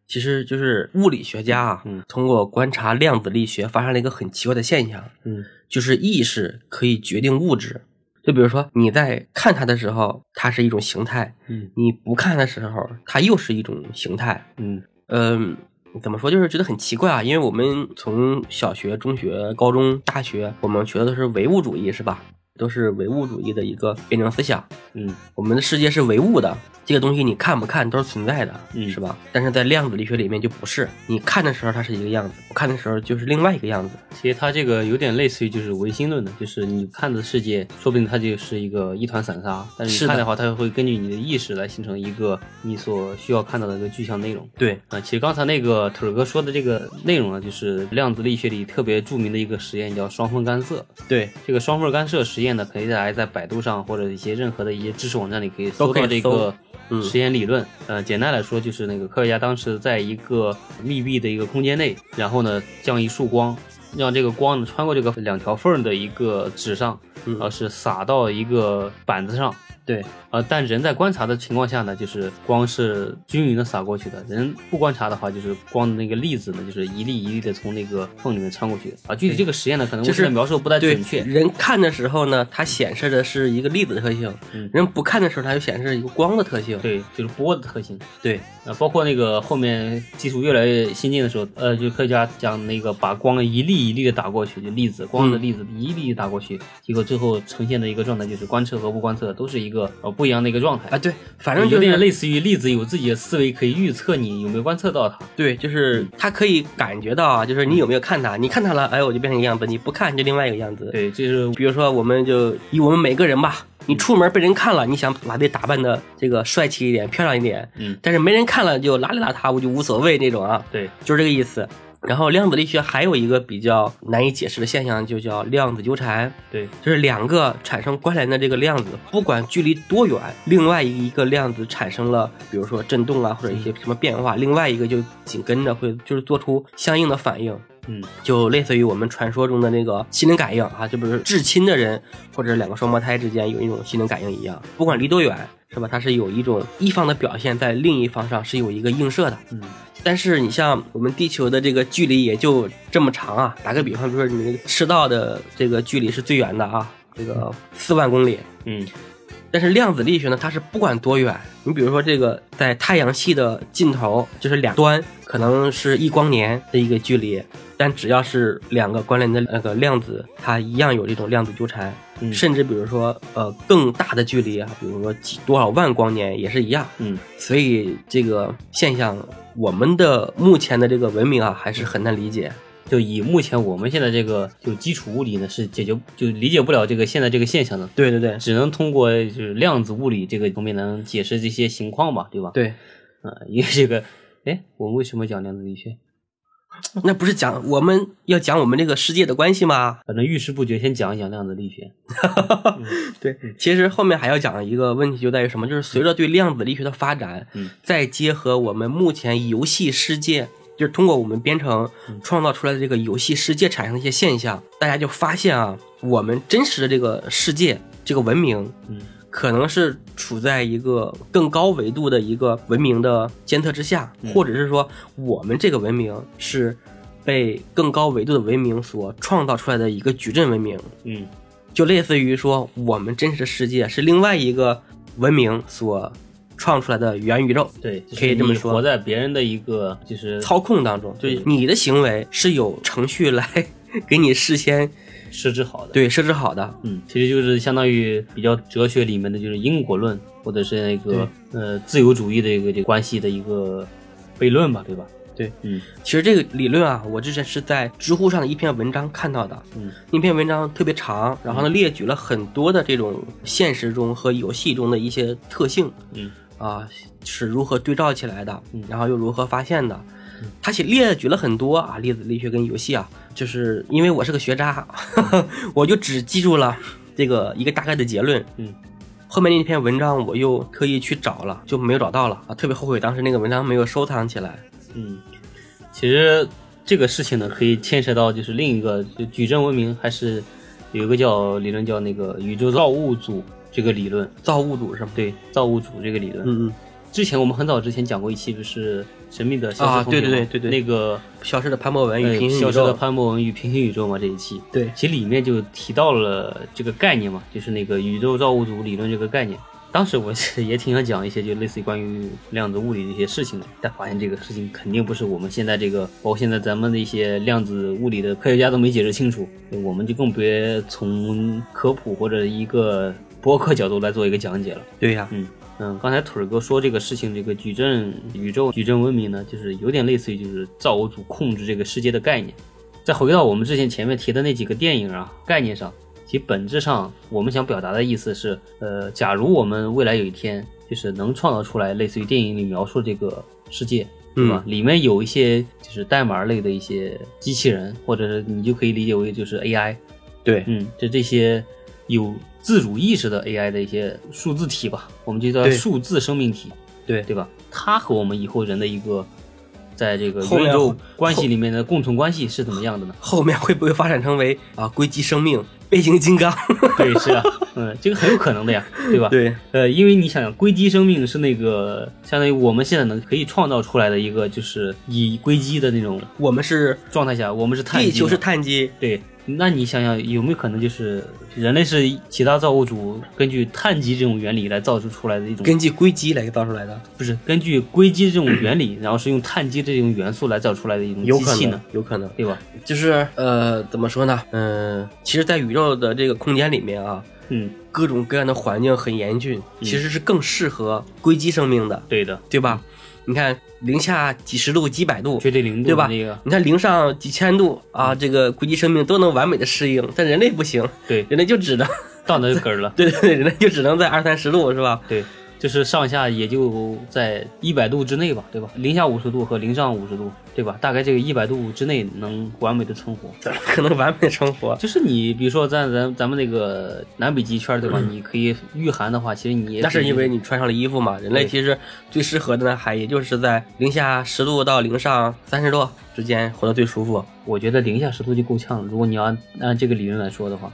B: 其实就是物理学家啊，
A: 嗯
B: 通过观察量子力学，发现了一个很奇怪的现象，
A: 嗯
B: 就是意识可以决定物质。就比如说你在看它的时候，它是一种形态；
A: 嗯
B: 你不看的时候，它又是一种形态。
A: 嗯
B: 嗯，怎么说？就是觉得很奇怪啊，因为我们从小学、中学、高中、大学，我们学的都是唯物主义，是吧？都是唯物主义的一个辩证思想。
A: 嗯
B: 我们的世界是唯物的，这个东西你看不看都是存在的，
A: 嗯
B: 是吧？但是在量子力学里面就不是，你看的时候它是一个样子，不看的时候就是另外一个样子。
A: 其实它这个有点类似于就是唯心论的，就是你看的世界，说不定它就是一个一团散沙，但是
B: 是
A: 你
B: 的
A: 看的话，它会根据你的意识来形成一个你所需要看到的一个具象内容。
B: 对，
A: 啊，其实刚才那个腿儿哥说的这个内容呢，就是量子力学里特别著名的一个实验，叫双缝干涉。
B: 对，
A: 这个双缝干涉实验呢，可以大家在百度上或者一些任何的一些知识网站里可以搜
B: 都可以
A: 到这
B: 搜
A: 个
B: 嗯
A: 实验理论。呃，简单来说就是那个科学家当时在一个密闭的一个空间内，然后呢将一束光，让这个光呢穿过这个两条缝儿的一个纸上，
B: 嗯
A: 然后是洒到一个板子上。
B: 对，
A: 呃，但人在观察的情况下呢，就是光是均匀的洒过去的。人不观察的话，就是光的那个粒子呢，就是一粒一粒的从那个缝里面穿过去啊。具体这个实验呢，可能
B: 就
A: 我
B: 是
A: 现在描述不太
B: 对
A: 准确。
B: 人看的时候呢，它显示的是一个粒子的特性，
A: 嗯
B: 人不看的时候它就显示一个光的特性。
A: 对，就是波的特性。
B: 对
A: 呃，包括那个后面技术越来越先进的时候，呃，就科学家讲那个把光一粒一粒的打过去，就粒子光的
B: 嗯
A: 粒子一粒一粒打过去，结果最后呈现的一个状态就是观测和不观测都是一个呃不一样的一个状态
B: 啊，。对，反正就
A: 有点
B: 是
A: 类似于粒子有自己的思维，可以预测你有没有观测到它。
B: 对，就是它可以感觉到啊，就是你有没有看它，你看它了，哎，我就变成一个样子；你不看就另外一个样子。
A: 对，嗯这是
B: 比如说，我们就以我们每个人吧，你出门被人看了，你想把自己打扮的这个帅气一点、漂亮一点，
A: 嗯，
B: 但是没人看了就邋里邋遢，我就无所谓那种啊，
A: 对，
B: 就是这个意思。然后量子力学还有一个比较难以解释的现象，就叫量子纠缠。
A: 对，
B: 就是两个产生关联的这个量子，不管距离多远，另外一个量子产生了，比如说振动啊，或者一些什么变化，另外一个就紧跟着会就是做出相应的反应。
A: 嗯，
B: 就类似于我们传说中的那个心灵感应啊，就比如至亲的人或者两个双胞胎之间有一种心灵感应一样，不管离多远，是吧？它是有一种一方的表现在另一方上是有一个映射的。
A: 嗯，
B: 但是你像我们地球的这个距离也就这么长啊，打个比方，比如说你赤道的这个距离是最远的啊，这个四万公里。
A: 嗯，
B: 但是量子力学呢，它是不管多远，你比如说这个在太阳系的尽头，就是两端可能是一光年的一个距离，但只要是两个关联的那个量子，它一样有这种量子纠缠。
A: 嗯
B: 甚至比如说呃更大的距离啊，比如说几多少万光年也是一样。
A: 嗯，
B: 所以这个现象，我们的目前的这个文明啊，还是很难理解。
A: 就以目前我们现在这个就基础物理呢，是解决就理解不了这个现在这个现象的，
B: 对对对
A: 只能通过就是量子物理这个方面能解释这些情况吧，对吧？，
B: 对，
A: 啊、 因为这个，哎，我们为什么讲量子力学？
B: 那不是讲我们要讲我们这个世界的关系吗？
A: 反正遇事不决，先讲一讲量子力学。
B: 对，其实后面还要讲一个问题，就在于什么？就是随着对量子力学的发展，
A: 嗯
B: 再结合我们目前游戏世界，就是通过我们编程
A: 嗯
B: 创造出来的这个游戏世界产生的一些现象，大家就发现啊，我们真实的这个世界，这个文明，
A: 嗯，
B: 可能是处在一个更高维度的一个文明的监测之下，
A: 嗯
B: 或者是说我们这个文明是被更高维度的文明所创造出来的一个矩阵文明。
A: 嗯
B: 就类似于说，我们真实的世界是另外一个文明所创出来的元宇宙，
A: 对，就是
B: 可以这么
A: 你
B: 说
A: 活在别人的一个就是
B: 操控当中，
A: 对
B: 你的行为是有程序来 给你事先
A: 设置好的。，
B: 对设置好的。
A: 嗯，其实就是相当于比较哲学里面的就是因果论，或者是那个呃自由主义的一个这个关系的一个悖论吧，对吧？
B: 对，
A: 嗯
B: 其实这个理论啊，我之前是在知乎上的一篇文章看到的，
A: 嗯
B: 那篇文章特别长，然后呢列举了很多的这种现实中和游戏中的一些特性，
A: 嗯
B: 啊是如何对照起来的
A: 嗯，
B: 然后又如何发现的。他写列举了很多啊，粒子力学跟游戏啊，就是因为我是个学渣，
A: 嗯
B: 我就只记住了这个一个大概的结论。
A: 嗯，
B: 后面那篇文章我又特意去找了，就没有找到了啊，特别后悔当时那个文章没有收藏起来。
A: 嗯，其实这个事情呢，可以牵扯到就是另一个就矩阵文明，还是有一个叫理论叫那个宇宙造物主这个理论，
B: 造物主是吗？
A: 对，造物主这个理论。
B: 嗯嗯，
A: 之前我们很早之前讲过一期，不是神秘的消
B: 啊
A: 失通
B: 对
A: 讯
B: 对
A: 吗
B: 对对对
A: 那个
B: 消哎失的潘博文与
A: 呃
B: 平行宇宙
A: 消失的潘博文与平行宇宙嘛这一期，
B: 对
A: 其实里面就提到了这个概念嘛，就是那个宇宙造物主理论这个概念。当时我 是也挺想讲一些就类似于关于量子物理的一些事情的，但发现这个事情肯定不是我们现在这个，包括现在咱们的一些量子物理的科学家都没解释清楚，我们就更别从科普或者一个博客角度来做一个讲解了。
B: 对呀、
A: 嗯嗯，刚才腿儿哥说这个事情，这个矩阵宇宙矩阵文明呢，就是有点类似于就是造物主控制这个世界的概念。再回到我们之前前面提的那几个电影啊，概念上，其本质上我们想表达的意思是，呃，假如我们未来有一天就是能创造出来类似于电影里描述这个世界，对吧？里面有一些就是代码类的一些机器人，或者是你就可以理解为就是 AI，
B: 对，
A: 嗯，就这些有自主意识的 AI 的一些数字体吧，我们就叫
B: 对
A: 数字生命体，
B: 对
A: 对吧？它和我们以后人的一个在这个
B: 后面
A: 宇宙关系里面的共存关系是怎么样的呢？
B: 后面会不会发展成为啊硅基生命、 变形金刚？
A: 对，是啊，嗯，这个很有可能的呀，对吧？
B: 对，
A: 呃，因为你想想，硅基生命是那个相当于我们现在能可以创造出来的一个，就是以硅基的那种
B: 我们是
A: 状态下，我们是碳基
B: 地
A: 嘛，
B: 球是碳基，
A: 对，那你想想有没有可能就是人类是其他造物主根据碳基这种原理来造出出来的一种，
B: 根据硅基来造出来的，
A: 不是根据硅基这种原理， 然后是用碳基这种元素来造出来的一种
B: 有
A: 机
B: 可
A: 器
B: 能
A: 呢？，
B: 有可能，
A: 对吧？
B: 就是呃，怎么说呢？嗯、其实，在宇宙的这个空间里面啊，
A: 嗯，
B: 各种各样的环境很严峻，其实是更适合硅基生命的，
A: 对的，
B: 对吧？你看零下几十度、几百度，
A: 绝对零度
B: 对吧？
A: 那个，嗯
B: 你看零上几千度啊，这个硅基生命都能完美的适应，但人类不行，
A: 对，
B: 人类就只能 。
A: 到那就根儿了
B: 对对对，人类就只能在二三十度是吧？
A: 对，就是上下也就在一百度之内吧，对吧？零下五十度和零上五十度，对吧？大概这个一百度之内能完美的存活。
B: 怎么可能完美生活？
A: 啊就是你比如说咱咱咱们那个南北极圈，对吧？你可以御寒的话，其实你也
B: 嗯那是因为你穿上了衣服嘛。人类其实最适合的呢，还也就是在零下十度到零上三十度之间活得最舒服。
A: 我觉得零下十度就够呛了。如果你要按按这个理论来说的话。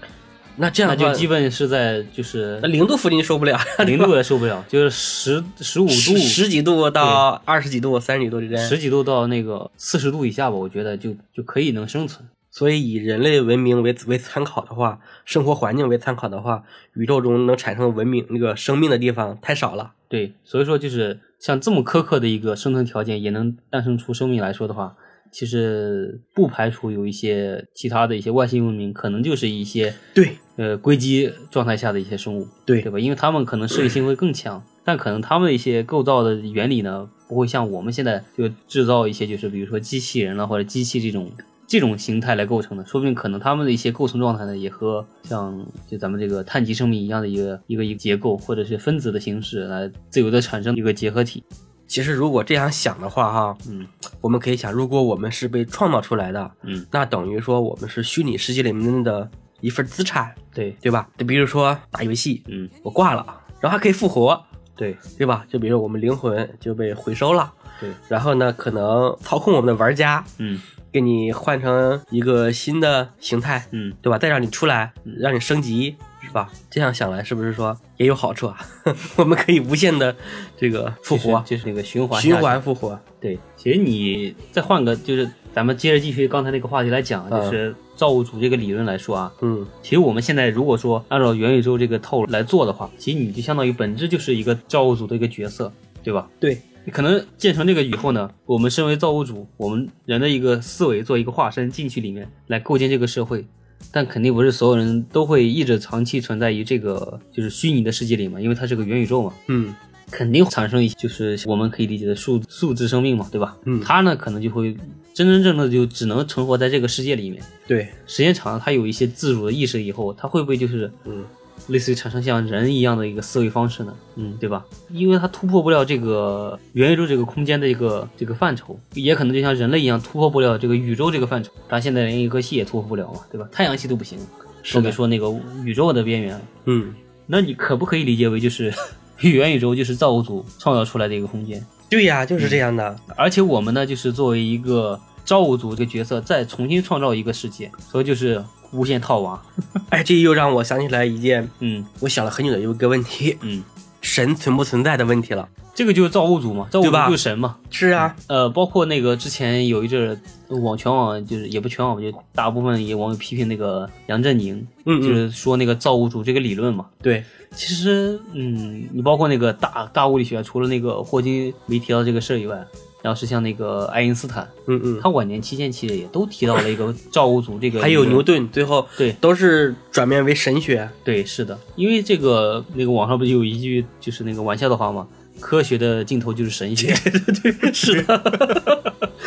B: 那这样
A: 那就基本是在就是
B: 那零度附近受不了，
A: 零度也受不 了，就是十十五度
B: 十几度到二十几度、三十几度之间，
A: 十几度到那个四十度以下吧，我觉得就就可以能生存。
B: 所以以人类文明为为参考的话，生活环境为参考的话，宇宙中能产生文明那个生命的地方太少了。
A: 对，所以说就是像这么苛刻的一个生存条件，也能诞生出生命来说的话。其实不排除有一些其他的一些外星文明，可能就是一些
B: 对
A: 呃硅基状态下的一些生物，
B: 对
A: 对吧？因为他们可能适应性会更强，但可能他们的一些构造的原理呢，不会像我们现在就制造一些就是比如说机器人了啊或者机器这种这种形态来构成的，说不定可能他们的一些构成状态呢，也和像就咱们这个碳基生命一样的一个一个一个结构或者是分子的形式来自由的产生一个结合体。
B: 其实，如果这样想的话，哈，
A: 嗯，
B: 我们可以想，如果我们是被创造出来的，
A: 嗯，
B: 那等于说我们是虚拟世界里面的一份资产，
A: 对
B: 对吧？就比如说打游戏，
A: 嗯，
B: 我挂了，然后还可以复活，
A: 对
B: 对吧？就比如我们灵魂就被回收了，
A: 对，
B: 然后呢，可能操控我们的玩家，
A: 嗯
B: 给你换成一个新的形态，
A: 嗯，
B: 对吧？再让你出来，让你升级，是吧？这样想来，是不是说也有好处啊？ 我们可以无限的这个复活，
A: 就是那个循环
B: 循
A: 下去
B: 环复活，
A: 对，其实你再换个，就是咱们接着继续刚才那个话题来讲，
B: 嗯
A: 就是造物主这个理论来说啊，
B: 嗯。
A: 其实我们现在如果说按照元宇宙这个套路来做的话，其实你就相当于本质就是一个造物主的一个角色，对吧？
B: 对，
A: 可能建成这个以后呢，我们身为造物主，我们人的一个思维做一个化身进去里面来构建这个社会，但肯定不是所有人都会一直长期存在于这个就是虚拟的世界里嘛，因为它是个元宇宙嘛。
B: 嗯，
A: 肯定产生一些就是我们可以理解的数数字生命嘛，对吧？
B: 嗯
A: 它呢可能就会真真正正的就只能存活在这个世界里面。
B: 对，
A: 时间长了，它有一些自主的意识以后，它会不会就是
B: 嗯，
A: 类似于产生像人一样的一个思维方式呢？嗯，对吧？因为它突破不了这个元宇宙这个空间的一个这个范畴，也可能就像人类一样突破不了这个宇宙这个范畴。咱现在连银河系也突破不了嘛，对吧？太阳系都不行，
B: 是
A: 更别
B: 的
A: 说那个宇宙的边缘了。
B: 嗯，
A: 那你可不可以理解为就是 元宇宙就是造物主创造出来的一个空间？
B: 对呀，就是这样的。
A: 而且我们呢，就是作为一个造物主这个角色，再重新创造一个世界，所以就是无限套娃。
B: 哎，这又让我想起来一件
A: 嗯
B: 我想了很久的一个问题：
A: 嗯，
B: 神存不存在的问题了。
A: 这个就是造物主嘛，造物主
B: 对吧
A: 就是神嘛。
B: 是啊，
A: 呃，包括那个之前有一阵儿网全网就是也不全网，就大部分也网友批评那个杨振宁，
B: 嗯嗯
A: 就是说那个造物主这个理论嘛。
B: 对，
A: 其实，嗯，你包括那个大大物理学，除了那个霍金没提到这个事儿以外，然后是像那个爱因斯坦，
B: 嗯嗯，
A: 他晚年期间其实也都提到了一个造物主这个理论，
B: 还有牛顿，最后
A: 对
B: 都是转变为神学。
A: 对，是的，因为这个那个网上不就有一句就是那个玩笑的话嘛，科学的尽头就是神学，对，是的，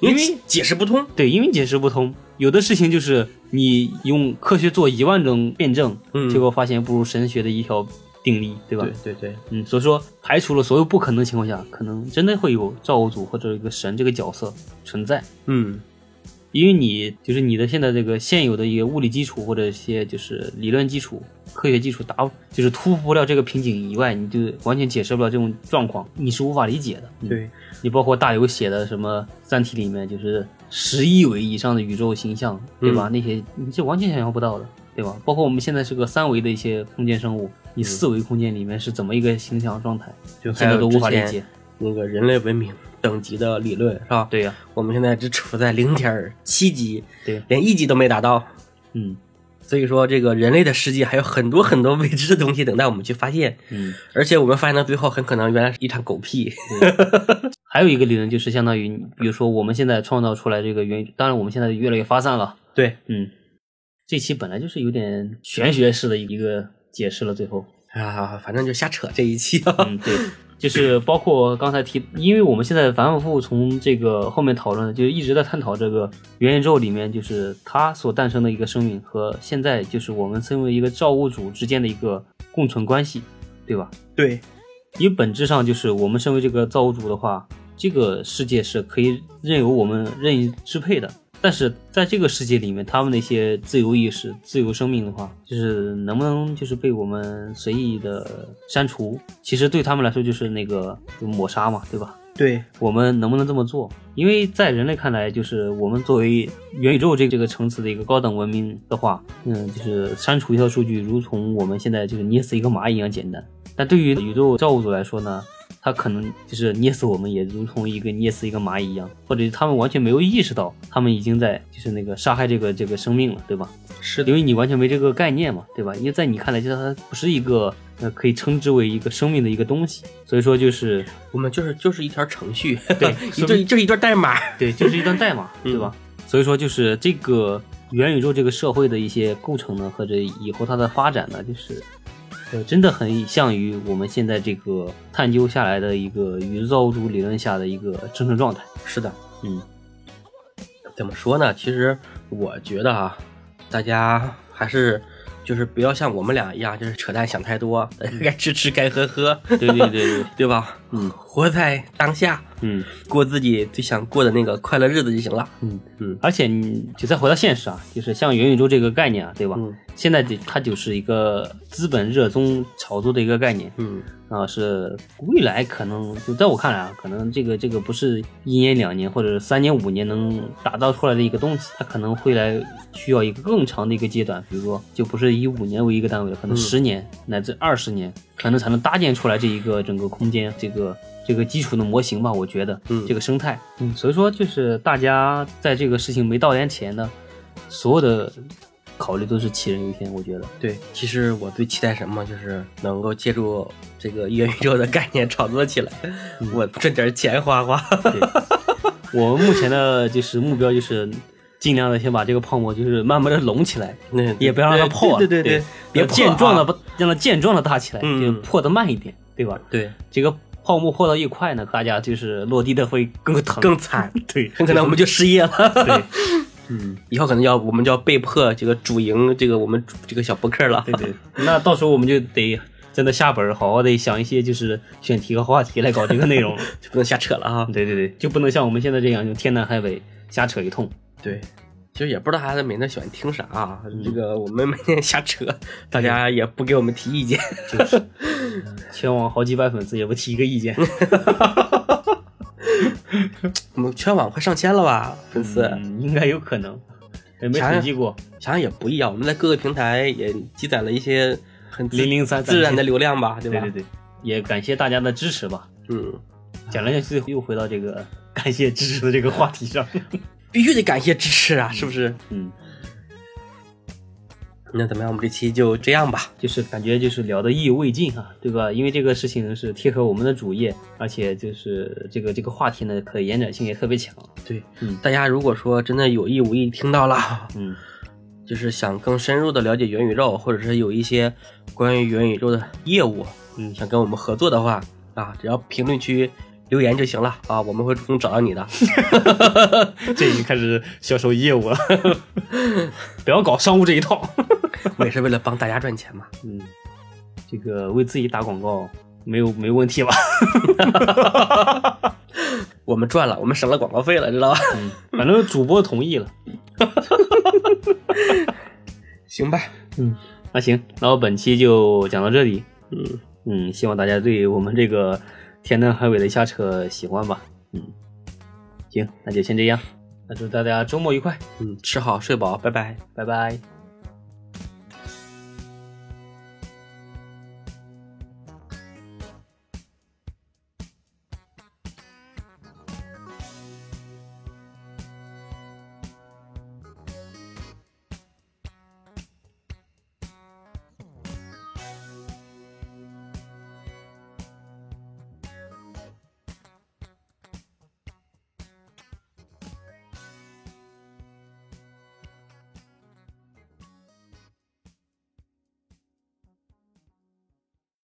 A: 因为
B: 解释不通，
A: 对，因为解释不通，有的事情就是你用科学做一万种辩证，
B: 嗯
A: 结果发现不如神学的一条定律，对吧？
B: 对对对，
A: 嗯，所以说排除了所有不可能的情况下，可能真的会有造物主或者一个神这个角色存在，
B: 嗯，
A: 因为你就是你的现在这个现有的一个物理基础或者一些就是理论基础、科学基础达就是突破不了这个瓶颈以外，你就完全解释不了这种状况，你是无法理解的。嗯、
B: 对，
A: 你包括大刘写的什么《三体》里面就是十亿维以上的宇宙形象，对吧？
B: 嗯
A: 那些你是完全想象不到的，对吧？包括我们现在是个三维的一些空间生物，你四维空间里面是怎么一个形象状态，
B: 嗯就
A: 现
B: 还
A: 在
B: 有
A: 都无法理
B: 之前
A: 解。
B: 那个人类文明等级的理论是吧？
A: 对呀、
B: 我们现在只处在零点七级，
A: 对
B: 连一级都没达到。
A: 嗯
B: 所以说，这个人类的世界还有很多很多未知的东西等待我们去发现。
A: 嗯。
B: 而且我们发现到最后，很可能原来是一场狗屁。
A: 还有一个理论就是相当于你，比如说我们现在创造出来这个元，当然我们现在越来越发散了，
B: 对，
A: 嗯，这期本来就是有点玄学式的一个解释了，最后，
B: 啊，反正就瞎扯这一期啊。
A: 嗯，对，就是包括刚才提，因为我们现在反反复复从这个后面讨论，就一直在探讨这个元宇宙里面就是它所诞生的一个生命和现在就是我们身为一个造物主之间的一个共存关系，对吧？
B: 对，
A: 因为本质上就是我们身为这个造物主的话，这个世界是可以任由我们任意支配的。但是在这个世界里面，他们那些自由意识、自由生命的话，就是能不能就是被我们随意的删除？其实对他们来说就是那个就抹杀嘛，对吧？
B: 对
A: 我们能不能这么做？因为在人类看来，就是我们作为元宇宙这个这个层次的一个高等文明的话，嗯，就是删除一条数据，如同我们现在就是捏死一个蚂蚁一样简单。但对于宇宙造物主来说呢，他可能就是捏死我们，也如同一个捏死一个蚂蚁一样，或者他们完全没有意识到，他们已经在就是那个杀害这个这个生命了，对吧？
B: 是的
A: 因为你完全没这个概念嘛，对吧？因为在你看来，就是它不是一个呃可以称之为一个生命的一个东西，所以说就是
B: 我们就是就是一条程序，
A: 对
B: 一这这是一段代码，
A: 对，就是一段代码，对吧？
B: 嗯
A: 所以说就是这个元宇宙这个社会的一些构成呢，或者以后它的发展呢，就是呃真的很像于我们现在这个探究下来的一个宇宙造物主理论下的一个真实状态。
B: 是的，
A: 嗯，
B: 怎么说呢？其实我觉得啊，大家还是就是不要像我们俩一样，就是扯淡想太多， 该吃吃该喝喝，
A: 嗯对对对对，
B: 对吧？
A: 嗯
B: 活在当下，
A: 嗯。
B: 过自己最想过的那个快乐日子就行了。
A: 嗯
B: 嗯
A: 而且你就再回到现实啊，就是像元宇宙这个概念啊，对吧？
B: 嗯
A: 现在这它就是一个资本热衷炒作的一个概念
B: 嗯，
A: 啊、是未来可能就在我看来啊，可能这个这个不是一年两年或者三年五年能打造出来的一个东西，它可能会来需要一个更长的一个阶段，比如说就不是以五年为一个单位了，可能
B: 嗯
A: 十年、乃至二十年，可能才能搭建出来这一个整个空间这个。这个基础的模型吧，我觉得，
B: 嗯
A: 这个生态，嗯，所以说就是大家在这个事情没到来前呢，所有的考虑都是杞人忧天，我觉得，
B: 对。其实我最期待什么，就是能够借助这个元宇宙的概念炒作起来，
A: 嗯
B: 我挣点钱花花。
A: 我目前的就是目标就是尽量的先把这个泡沫就是慢慢的拢起来，
B: 那
A: 也不要让它破了，
B: 对对对，
A: 别
B: 别破
A: 健壮
B: 啊
A: 的不让它健壮的大起来，
B: 嗯
A: 就破的慢一点，对吧？
B: 对，
A: 这个泡沫破到越快呢，大家就是落地的会更疼，
B: 更惨，
A: 对，
B: 很可能我们就失业了。
A: 对，
B: 以后可能要我们就要被迫这个主营这个我们主这个小博客了。
A: 对对，那到时候我们就得真的下本儿好好的想一些就是选题和话题来搞这个内 容了，
B: 就不能瞎扯了啊。
A: 对对对，就不能像我们现在这样就天南海北瞎扯一通，
B: 对，其实也不知道孩子每天喜欢听啥啊，
A: 嗯
B: 这个我们每天瞎扯，大家也不给我们提意见。
A: 就是。全网好几百粉丝也不提一个 意见，
B: 我们全网快上千了吧，粉丝。
A: 嗯，应该有可能，也没
B: 啥呀
A: 统计过。
B: 想想也不易啊，我们在各个平台也积攒了一些很自
A: 003
B: 自然的流量吧，对
A: 对
B: 吧？
A: 对对，也感谢大家的支持吧。
B: 嗯，
A: 讲来讲去又回到这个感谢支持的这个话题上。
B: 必须得感谢支持啊，是不是？
A: 嗯，
B: 那怎么样？我们这期就这样吧。
A: 就是感觉就是聊的意犹未尽啊，对吧？因为这个事情是贴合我们的主业，而且就是这个这个话题呢，可延展性也特别强。
B: 对，
A: 嗯
B: 大家如果说真的有意无意听到了，
A: 嗯，
B: 就是想更深入的了解元宇宙，或者是有一些关于元宇宙的业务，
A: 嗯
B: 想跟我们合作的话啊，只要评论区留言就行了啊，我们会主动找到你的。
A: 这已经开始销售业 务了，不要搞商务这一套。
B: 我也是为了帮大家赚钱嘛。
A: 嗯，这个为自己打广告没有没问题吧？
B: 我们赚了，我们省了广告费了，知道吧？
A: 嗯， 反正主播同意了。
B: 行吧，
A: 嗯那行，那我本期就讲到这里。
B: 嗯，
A: 嗯，希望大家对我们这个天南海北的瞎扯喜欢吧。嗯，行，那就先这样，那祝大家周末愉快，
B: 嗯，吃好睡饱，拜拜。
A: 拜拜。